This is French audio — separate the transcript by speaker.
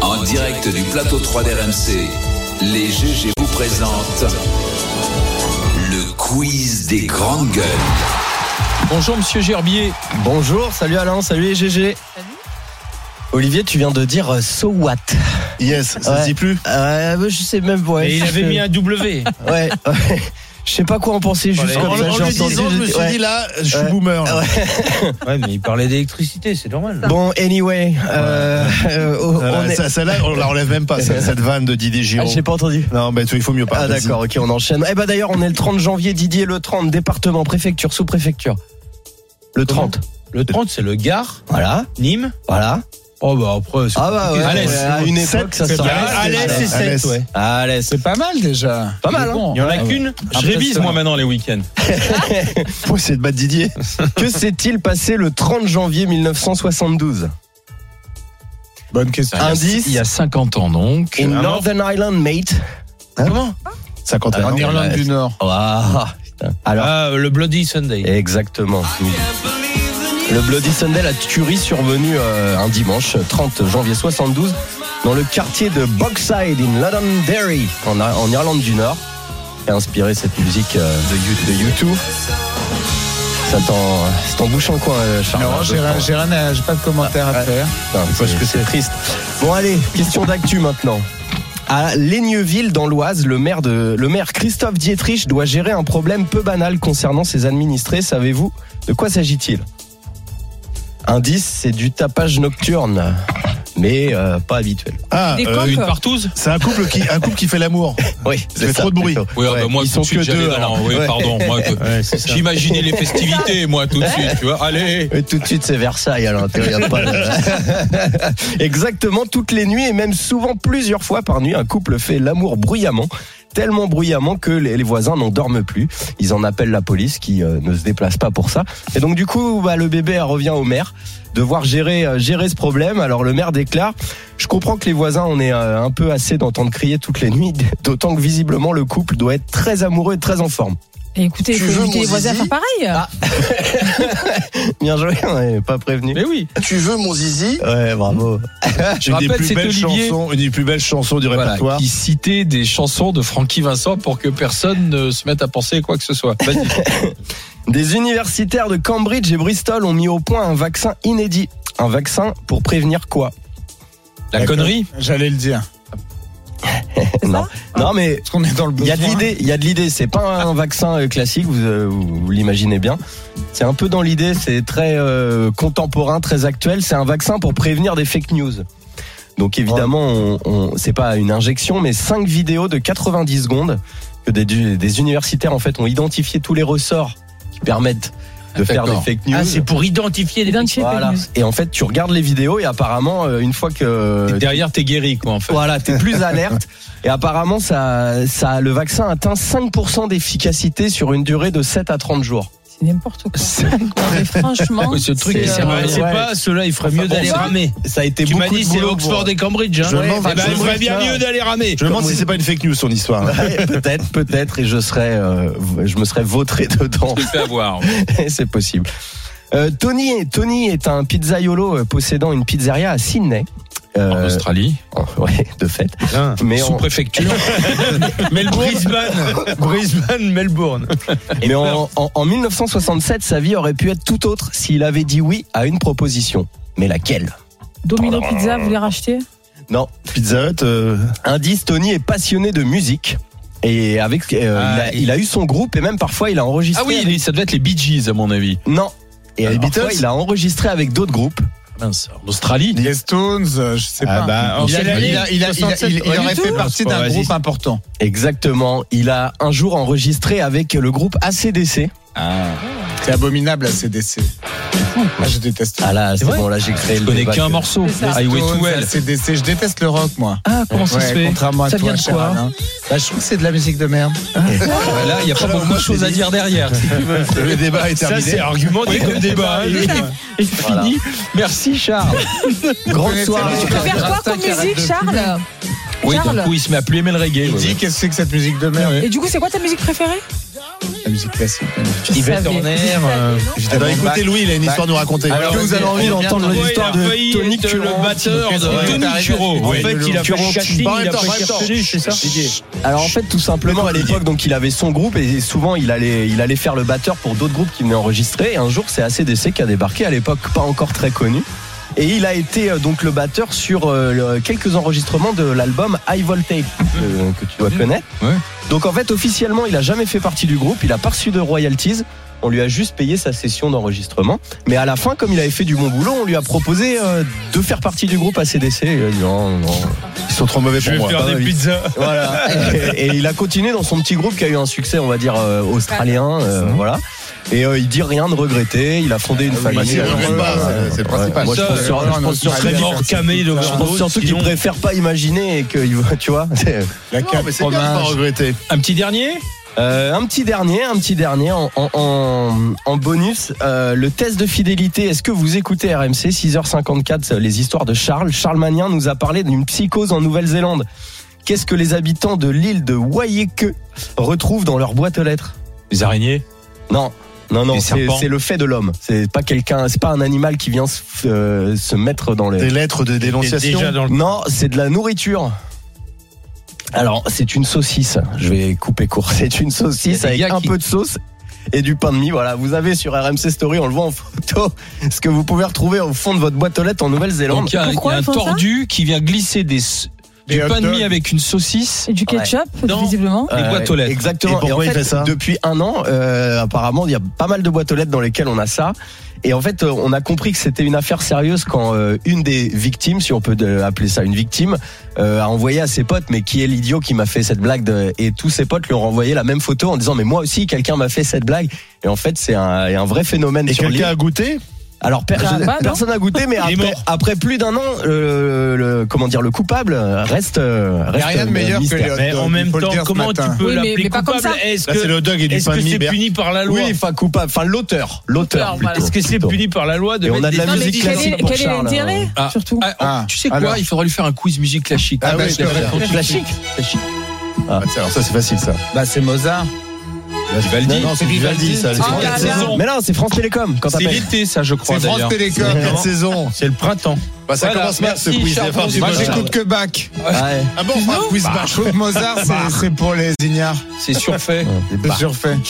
Speaker 1: En direct du plateau 3 d'RMC, les GG vous présentent le quiz des grandes gueules.
Speaker 2: Bonjour Monsieur Gerbier.
Speaker 3: Bonjour, salut Alain, salut les GG.
Speaker 4: Salut.
Speaker 3: Olivier, tu viens de dire euh, so what
Speaker 5: Yes, ça
Speaker 3: Ouais.
Speaker 5: se dit plus
Speaker 3: euh, Je sais même ouais.
Speaker 2: Et il
Speaker 3: je-
Speaker 2: avait mis un W.
Speaker 3: Ouais. ouais. Je sais pas quoi en penser juste
Speaker 2: En-
Speaker 3: comme
Speaker 5: En,
Speaker 3: ça.
Speaker 5: en
Speaker 3: j'ai
Speaker 5: le disant,
Speaker 3: entendu,
Speaker 5: je me suis
Speaker 3: ouais.
Speaker 5: dit là, je suis
Speaker 3: Ouais.
Speaker 5: boomer.
Speaker 3: Ah
Speaker 5: là.
Speaker 3: ouais.
Speaker 2: Ouais, mais il parlait d'électricité, c'est normal.
Speaker 3: Bon, anyway, euh, euh, oh,
Speaker 5: Ah,
Speaker 3: on est-
Speaker 5: ça- Celle-là, on la relève même pas, cette, cette vanne de Didier
Speaker 3: Ah,
Speaker 5: Giraud.
Speaker 3: j'ai pas entendu.
Speaker 5: non, ben tu- il faut mieux pas.
Speaker 3: Ah
Speaker 5: vas-y.
Speaker 3: d'accord, ok, on enchaîne. Eh ben d'ailleurs, on est le 30 janvier, Didier le 30, département, préfecture, sous-préfecture. Le 30.
Speaker 2: Le 30, c'est le Gard,
Speaker 3: Voilà,
Speaker 2: Nîmes.
Speaker 3: voilà.
Speaker 2: Oh bah après, c'est
Speaker 3: Ah bah ouais,
Speaker 2: Alès.
Speaker 3: ouais, à une époque, ça
Speaker 5: Sept,
Speaker 3: s'arrête.
Speaker 5: Ah, Alès,
Speaker 3: Alès,
Speaker 5: c'est sept,
Speaker 3: Alès.
Speaker 5: ouais.
Speaker 3: Alès, c'est
Speaker 6: Pas mal déjà.
Speaker 3: pas mal. hein.
Speaker 6: Bon.
Speaker 2: Il y en a qu'une. Je révise moi maintenant les week-ends.
Speaker 5: Faut essayer de battre Didier.
Speaker 3: Que s'est-il passé le 30 janvier 1972
Speaker 6: Bonne question.
Speaker 3: Indice.
Speaker 6: Il y a 50 ans donc.
Speaker 3: In Northern Ireland, mate.
Speaker 2: Hein
Speaker 6: Comment
Speaker 5: 51
Speaker 6: En
Speaker 5: ans.
Speaker 6: Irlande du Nord.
Speaker 3: Ah, putain. Alors,
Speaker 2: Ah, le Bloody Sunday.
Speaker 3: exactement. Le Bloody Sunday, la tuerie survenue euh, un dimanche 30 janvier 72 dans le quartier de Bogside in Londonderry en, en Irlande du Nord. Qui a inspiré cette musique euh, de, YouTube. Ça t'en, ça t'embouche en quoi, euh, Charles
Speaker 6: Non, j'ai rien, j'ai rien à- j'ai pas de commentaire à faire.
Speaker 3: Putain, parce que c'est triste. Bon allez, question d'actu maintenant. À Laigneville dans l'Oise, le maire de le maire Christophe Dietrich doit gérer un problème peu banal concernant ses administrés. Savez-vous de quoi s'agit-il Indice, c'est du tapage nocturne, mais euh, pas habituel.
Speaker 5: Ah,
Speaker 4: Des
Speaker 5: euh,
Speaker 4: coques.
Speaker 5: une-
Speaker 4: Quoi
Speaker 2: partouze
Speaker 5: c'est un couple qui, un couple qui fait l'amour.
Speaker 3: Oui,
Speaker 5: Ça fait trop de bruit.
Speaker 7: Oui, ah
Speaker 3: Ouais,
Speaker 7: bah moi,
Speaker 3: ils
Speaker 7: tout
Speaker 3: sont
Speaker 7: de suite,
Speaker 3: que
Speaker 7: j'avais-
Speaker 3: deux, alors.
Speaker 7: non, oui,
Speaker 3: Ouais.
Speaker 7: pardon. moi, que- J'imaginais les festivités, moi, tout de suite, tu vois. Allez
Speaker 3: Et tout de suite, c'est Versailles à l'intérieur. pas de- Exactement, toutes les nuits et même souvent plusieurs fois par nuit, un couple fait l'amour bruyamment, tellement bruyamment que les les voisins n'en dorment plus. Ils en appellent la police qui euh, ne se déplace pas pour ça. Et donc du coup, bah, le bébé elle revient au maire, devoir gérer, euh, gérer ce problème. Alors le maire déclare, je comprends que les voisins, on est euh, un peu assez d'entendre crier toutes les nuits, d'autant que visiblement le couple doit être très amoureux et très en forme.
Speaker 4: Et écoutez,
Speaker 5: Tu
Speaker 4: faut
Speaker 5: veux
Speaker 4: inviter
Speaker 5: mon
Speaker 4: les voisins à
Speaker 5: zizi
Speaker 4: faire pareil.
Speaker 3: Bien joué, on n'est pas prévenu.
Speaker 2: Mais oui.
Speaker 8: Tu veux mon zizi
Speaker 3: Ouais, bravo.
Speaker 5: J'ai une des
Speaker 6: rappelle,
Speaker 5: plus
Speaker 6: c'est
Speaker 5: belles
Speaker 6: Olivier.
Speaker 5: chansons, une des plus belles chansons du
Speaker 6: Voilà,
Speaker 5: répertoire.
Speaker 6: qui citait des chansons de Francky Vincent pour que personne ne se mette à penser quoi que ce soit. Vas-y.
Speaker 3: Des universitaires de Cambridge et Bristol ont mis au point un vaccin inédit. Un vaccin pour prévenir quoi
Speaker 6: La connerie
Speaker 5: J'allais le dire.
Speaker 3: Non, non mais
Speaker 6: Ah, Parce qu'on est dans le
Speaker 3: il y
Speaker 6: besoin.
Speaker 3: a de l'idée, il y a de l'idée. C'est pas un vaccin euh, classique, vous, euh, vous- vous l'imaginez bien. C'est un peu dans l'idée, c'est très euh, contemporain, très actuel. C'est un vaccin pour prévenir des fake news. Donc évidemment, on, on- c'est pas une injection, mais cinq vidéos de 90 secondes que des, du- des universitaires en fait ont identifié tous les ressorts qui permettent de faire des
Speaker 6: D'accord.
Speaker 3: fake news.
Speaker 2: Ah, c'est pour identifier les.
Speaker 4: Identifier fake
Speaker 3: Voilà.
Speaker 4: news.
Speaker 3: Et en fait, tu regardes les vidéos et apparemment, euh, une fois que
Speaker 6: Derrière, t'es guéri, quoi, en fait.
Speaker 3: voilà, t'es plus alerte. Et apparemment, ça, ça, le vaccin atteint 5% d'efficacité sur une durée de 7 à 30 jours.
Speaker 4: C'est n'importe quoi. Non, mais franchement,
Speaker 6: Oui, ce truc,
Speaker 4: c'est,
Speaker 6: il sert à
Speaker 4: euh,
Speaker 6: rien.
Speaker 2: C'est pas ceux-là, il ferait mieux d'aller ramer.
Speaker 3: Ça a été
Speaker 2: Tu
Speaker 3: beaucoup
Speaker 2: m'as dit
Speaker 3: de
Speaker 2: c'est
Speaker 3: boulot pour-
Speaker 2: Oxford et Cambridge. hein.
Speaker 5: Je me demande-
Speaker 2: Eh ben,
Speaker 5: je
Speaker 2: il
Speaker 5: me
Speaker 2: ferait bien
Speaker 5: demande-
Speaker 2: mieux d'aller ramer.
Speaker 5: Je me demande si c'est pas une fake news son histoire.
Speaker 3: Ouais, peut-être, peut-être, et je serais, euh, je me serais vautré dedans.
Speaker 7: Je te fais avoir.
Speaker 3: C'est possible. Euh, Tony, Tony est un pizzaiolo euh, possédant une pizzeria à Sydney. Euh,
Speaker 6: En Australie.
Speaker 3: oh, ouais, de fait.
Speaker 5: Hein.
Speaker 3: Mais en,
Speaker 6: Sous-préfecture.
Speaker 2: Brisbane. Brisbane, Melbourne.
Speaker 3: mais en, en- en 1967, sa vie aurait pu être tout autre s'il avait dit oui à une proposition. Mais laquelle
Speaker 4: Domino Pizza, vous les rachetez
Speaker 3: Non.
Speaker 5: Pizza Hut, euh,
Speaker 3: Indice, Tony est passionné de musique. Et avec, euh,
Speaker 6: Ah,
Speaker 3: il, a,
Speaker 6: et-
Speaker 3: il a eu son groupe et même parfois il a enregistré.
Speaker 6: Ah oui, Ah,
Speaker 3: avec-
Speaker 6: les- ça devait être les Bee Gees, à mon avis.
Speaker 3: Non. Et
Speaker 5: Les
Speaker 3: parfois,
Speaker 5: Beatles
Speaker 3: il a enregistré avec d'autres groupes.
Speaker 6: Mince, en Australie.
Speaker 5: Les
Speaker 6: Stones,
Speaker 9: euh,
Speaker 6: je sais
Speaker 5: ah bah,
Speaker 6: Il, a-
Speaker 5: Australie.
Speaker 6: il a- il a- il a- il- il aurait fait partie d'un
Speaker 5: Vas-y.
Speaker 6: groupe important.
Speaker 3: Exactement. Il a un jour enregistré avec le groupe ACDC.
Speaker 6: C'est abominable la CDC. Moi, je déteste.
Speaker 3: Ah là, c'est
Speaker 2: vrai
Speaker 3: bon, là j'ai créé
Speaker 6: Je
Speaker 3: le
Speaker 6: connais
Speaker 3: débat
Speaker 6: qu'un
Speaker 3: que-
Speaker 6: morceau.
Speaker 4: C'est ça.
Speaker 6: Highway to Hell.
Speaker 9: CDC, je déteste le rock, moi.
Speaker 2: Ah, comment ça se
Speaker 9: Ouais,
Speaker 2: fait
Speaker 9: contrairement à
Speaker 2: Ça
Speaker 9: toi,
Speaker 2: vient de
Speaker 9: cher
Speaker 2: quoi
Speaker 9: Alain. Ah, Bah, je trouve que c'est de la musique de merde.
Speaker 6: Ouais, Là, il n'y a pas beaucoup de choses à dire derrière.
Speaker 5: le débat est
Speaker 2: Ça,
Speaker 5: terminé.
Speaker 2: c'est argumenté comme débat.
Speaker 6: Et
Speaker 3: Voilà.
Speaker 6: fini. Merci, Charles.
Speaker 3: Grande
Speaker 9: connaissez
Speaker 3: soirée.
Speaker 9: pas.
Speaker 4: Tu préfères quoi
Speaker 9: Rasta
Speaker 4: comme
Speaker 9: qui arrête
Speaker 4: musique,
Speaker 9: de
Speaker 4: Charles
Speaker 6: Oui, d'un
Speaker 4: Charles
Speaker 6: coup, il se met à plus aimer le reggae.
Speaker 9: Il dit, qu'est-ce que c'est que cette musique de merde
Speaker 4: Et du coup, c'est quoi ta musique préférée
Speaker 9: la musique classique. Bah,
Speaker 4: Je savais.
Speaker 2: Turner,
Speaker 4: Je
Speaker 2: euh,
Speaker 4: savais, non
Speaker 5: Alors Eh ben, écoutez, Louis, il a une histoire à nous raconter.
Speaker 3: Alors, vous avez envie d'entendre
Speaker 2: Ouais,
Speaker 3: l'histoire
Speaker 2: il a
Speaker 3: de
Speaker 2: failli
Speaker 3: Tony
Speaker 2: être le
Speaker 3: Curran.
Speaker 2: batteur de
Speaker 5: Ouais,
Speaker 2: Tony
Speaker 5: t'as
Speaker 2: Curran.
Speaker 5: raison.
Speaker 2: En
Speaker 5: Oui,
Speaker 2: fait, il a fait Bah,
Speaker 5: Curran.
Speaker 2: un casting,
Speaker 5: En même
Speaker 2: il a
Speaker 5: temps,
Speaker 2: pas
Speaker 5: en même temps.
Speaker 2: cherché, c'est ça
Speaker 3: Alors en fait tout simplement à l'époque donc il avait son groupe et souvent il allait il allait faire le batteur pour d'autres groupes qui venaient enregistrer et un jour c'est ACDC qui a débarqué à l'époque pas encore très connu et il a été euh, donc le batteur sur euh, le- quelques enregistrements de l'album High Voltage euh, que tu
Speaker 2: Mmh.
Speaker 3: dois connaître.
Speaker 7: Ouais.
Speaker 3: Donc en fait officiellement il a jamais fait partie du groupe, il a pas reçu de royalties. On lui a juste payé sa session d'enregistrement. Mais à la fin, comme il avait fait du bon boulot, on lui a proposé euh, de faire partie du groupe ACDC. Et il a dit, non, non,
Speaker 5: Ils sont trop mauvais pour moi. Ah
Speaker 2: Faire des pizzas.
Speaker 3: voilà. Et, et il a continué dans son petit groupe qui a eu un succès, on va dire, euh, australien. euh, voilà. Et euh, il dit rien de regretter. Il a fondé une
Speaker 5: Bah,
Speaker 3: famille.
Speaker 5: s'il
Speaker 3: euh,
Speaker 5: regrette
Speaker 3: voilà.
Speaker 5: pas, c'est- c'est le
Speaker 3: Ouais.
Speaker 5: principal.
Speaker 3: Moi, je
Speaker 2: Ça,
Speaker 3: pense
Speaker 2: euh,
Speaker 3: sur- je pense sur-
Speaker 2: Il serait mort camé
Speaker 3: je pense
Speaker 2: d'overdose.
Speaker 3: surtout qu'il
Speaker 2: sinon-
Speaker 3: préfère pas imaginer et qu'il veut, tu vois. c'est-
Speaker 5: La
Speaker 9: Non,
Speaker 5: carte,
Speaker 9: mais
Speaker 5: c'est bien de pas regretter.
Speaker 2: Un petit dernier
Speaker 3: Euh, un petit dernier, un petit dernier en, en- en- en bonus. Euh, le test de fidélité, est-ce que vous écoutez RMC 6h54, euh, les histoires de Charles Charles Magnin nous a parlé d'une psychose en Nouvelle-Zélande. Qu'est-ce que les habitants de l'île de Waieke retrouvent dans leur boîte aux lettres
Speaker 7: Les araignées.
Speaker 3: Non. Non, non,
Speaker 7: Des
Speaker 3: c'est
Speaker 7: serpents.
Speaker 3: c'est le fait de l'homme. C'est pas quelqu'un, c'est pas un animal qui vient se, euh, se mettre dans les.
Speaker 5: Des lettres de dénonciation.
Speaker 2: Déjà dans le
Speaker 3: Non, c'est de la nourriture. Alors, c'est une saucisse. Je vais couper court. C'est une saucisse
Speaker 6: Il y a des
Speaker 3: avec
Speaker 6: gars
Speaker 3: un
Speaker 6: qui-
Speaker 3: peu de sauce et du pain de mie. Voilà, vous avez sur RMC Story, on le voit en photo, ce que vous pouvez retrouver au fond de votre boîte aux lettres en Nouvelle-Zélande.
Speaker 6: Donc il y a, un- il y
Speaker 4: Pourquoi
Speaker 6: a un
Speaker 4: ils font ça
Speaker 6: tordu qui vient glisser des,
Speaker 5: Des
Speaker 6: du
Speaker 5: hot
Speaker 6: pain de
Speaker 5: dogs.
Speaker 6: mie avec une saucisse.
Speaker 4: Et du ketchup,
Speaker 6: Non.
Speaker 4: visiblement.
Speaker 6: les boîtes aux lettres.
Speaker 3: Exactement.
Speaker 5: Et pourquoi
Speaker 3: en
Speaker 5: il fait ça
Speaker 3: Depuis un an, euh, apparemment, il y a pas mal de boîtes aux lettres dans lesquelles on a ça. Et en fait, euh, on a compris que c'était une affaire sérieuse quand euh, une des victimes, si on peut de- appeler ça une victime, euh, a envoyé à ses potes, mais qui est l'idiot qui m'a fait cette blague de- Et tous ses potes lui ont renvoyé la même photo en disant, mais moi aussi, quelqu'un m'a fait cette blague. Et en fait, c'est un, un vrai phénomène
Speaker 5: Et
Speaker 3: sur l'île.
Speaker 5: quelqu'un a goûté
Speaker 3: Alors per-
Speaker 4: Ah, bah, non.
Speaker 3: personne n'a goûté, mais
Speaker 2: Il est
Speaker 3: après,
Speaker 2: mort.
Speaker 3: après plus d'un an, euh, le, comment dire, le coupable reste. euh,
Speaker 9: Il n'y
Speaker 3: reste
Speaker 9: a rien de
Speaker 3: euh,
Speaker 9: meilleur que
Speaker 3: mystère.
Speaker 9: les hot
Speaker 2: Mais
Speaker 9: dogs,
Speaker 2: en
Speaker 9: il
Speaker 2: même
Speaker 9: faut le
Speaker 2: temps,
Speaker 9: dire ce
Speaker 2: comment tu
Speaker 9: matin.
Speaker 2: peux
Speaker 4: Oui, mais-
Speaker 2: l'appeler
Speaker 4: mais pas comme
Speaker 2: coupable
Speaker 4: ça.
Speaker 2: Est-ce
Speaker 5: Là, c'est
Speaker 2: que
Speaker 5: le dog et du
Speaker 2: est-ce
Speaker 5: pain de
Speaker 2: que
Speaker 5: mie.
Speaker 2: c'est
Speaker 5: Bert.
Speaker 2: puni par la
Speaker 3: Oui,
Speaker 2: loi
Speaker 3: enfin coupable, enfin l'auteur, l'auteur.
Speaker 4: L'auteur, voilà.
Speaker 3: plutôt.
Speaker 2: Est-ce que c'est
Speaker 3: Plutôt.
Speaker 2: puni par la loi de
Speaker 3: Et on
Speaker 2: mettre
Speaker 3: a de la
Speaker 2: des-
Speaker 4: Non, mais
Speaker 3: musique
Speaker 4: quel
Speaker 3: classique
Speaker 4: est,
Speaker 3: pour
Speaker 4: quel est
Speaker 3: Charles,
Speaker 4: l'intérêt,
Speaker 6: Ah.
Speaker 4: surtout
Speaker 6: Ah, oh,
Speaker 9: Ah.
Speaker 6: tu sais
Speaker 9: Alors.
Speaker 6: quoi Il faudrait lui faire un quiz musique classique.
Speaker 5: Ah ouais,
Speaker 6: je
Speaker 5: c'est
Speaker 6: l'avais
Speaker 5: vrai.
Speaker 6: raconté.
Speaker 3: Classique.
Speaker 5: Ah, tiens, Alors ça, c'est facile, ça.
Speaker 9: Bah, c'est Mozart.
Speaker 7: Vivaldi.
Speaker 5: Non, non, c'est Vivaldi, ça. les
Speaker 4: Ah,
Speaker 5: quatre
Speaker 4: là, là.
Speaker 5: saisons.
Speaker 3: Mais non, c'est France Télécom quand
Speaker 7: C'est
Speaker 3: t'appelles.
Speaker 7: l'été, ça, je crois.
Speaker 9: C'est France
Speaker 7: d'ailleurs.
Speaker 9: Télécom.
Speaker 5: Quatre saisons.
Speaker 2: C'est le printemps.
Speaker 5: Bah, ça
Speaker 6: Voilà,
Speaker 5: commence mal, ce
Speaker 6: merci,
Speaker 5: quiz.
Speaker 6: Charles
Speaker 5: la fin du
Speaker 6: François.
Speaker 9: Moi,
Speaker 5: match.
Speaker 9: j'écoute que Bach.
Speaker 3: Ouais.
Speaker 5: Ah bon, un quiz
Speaker 9: Bah,
Speaker 5: Bach.
Speaker 9: je trouve que Mozart, c'est- c'est pour les ignares.
Speaker 6: C'est surfait.
Speaker 9: C'est surfait.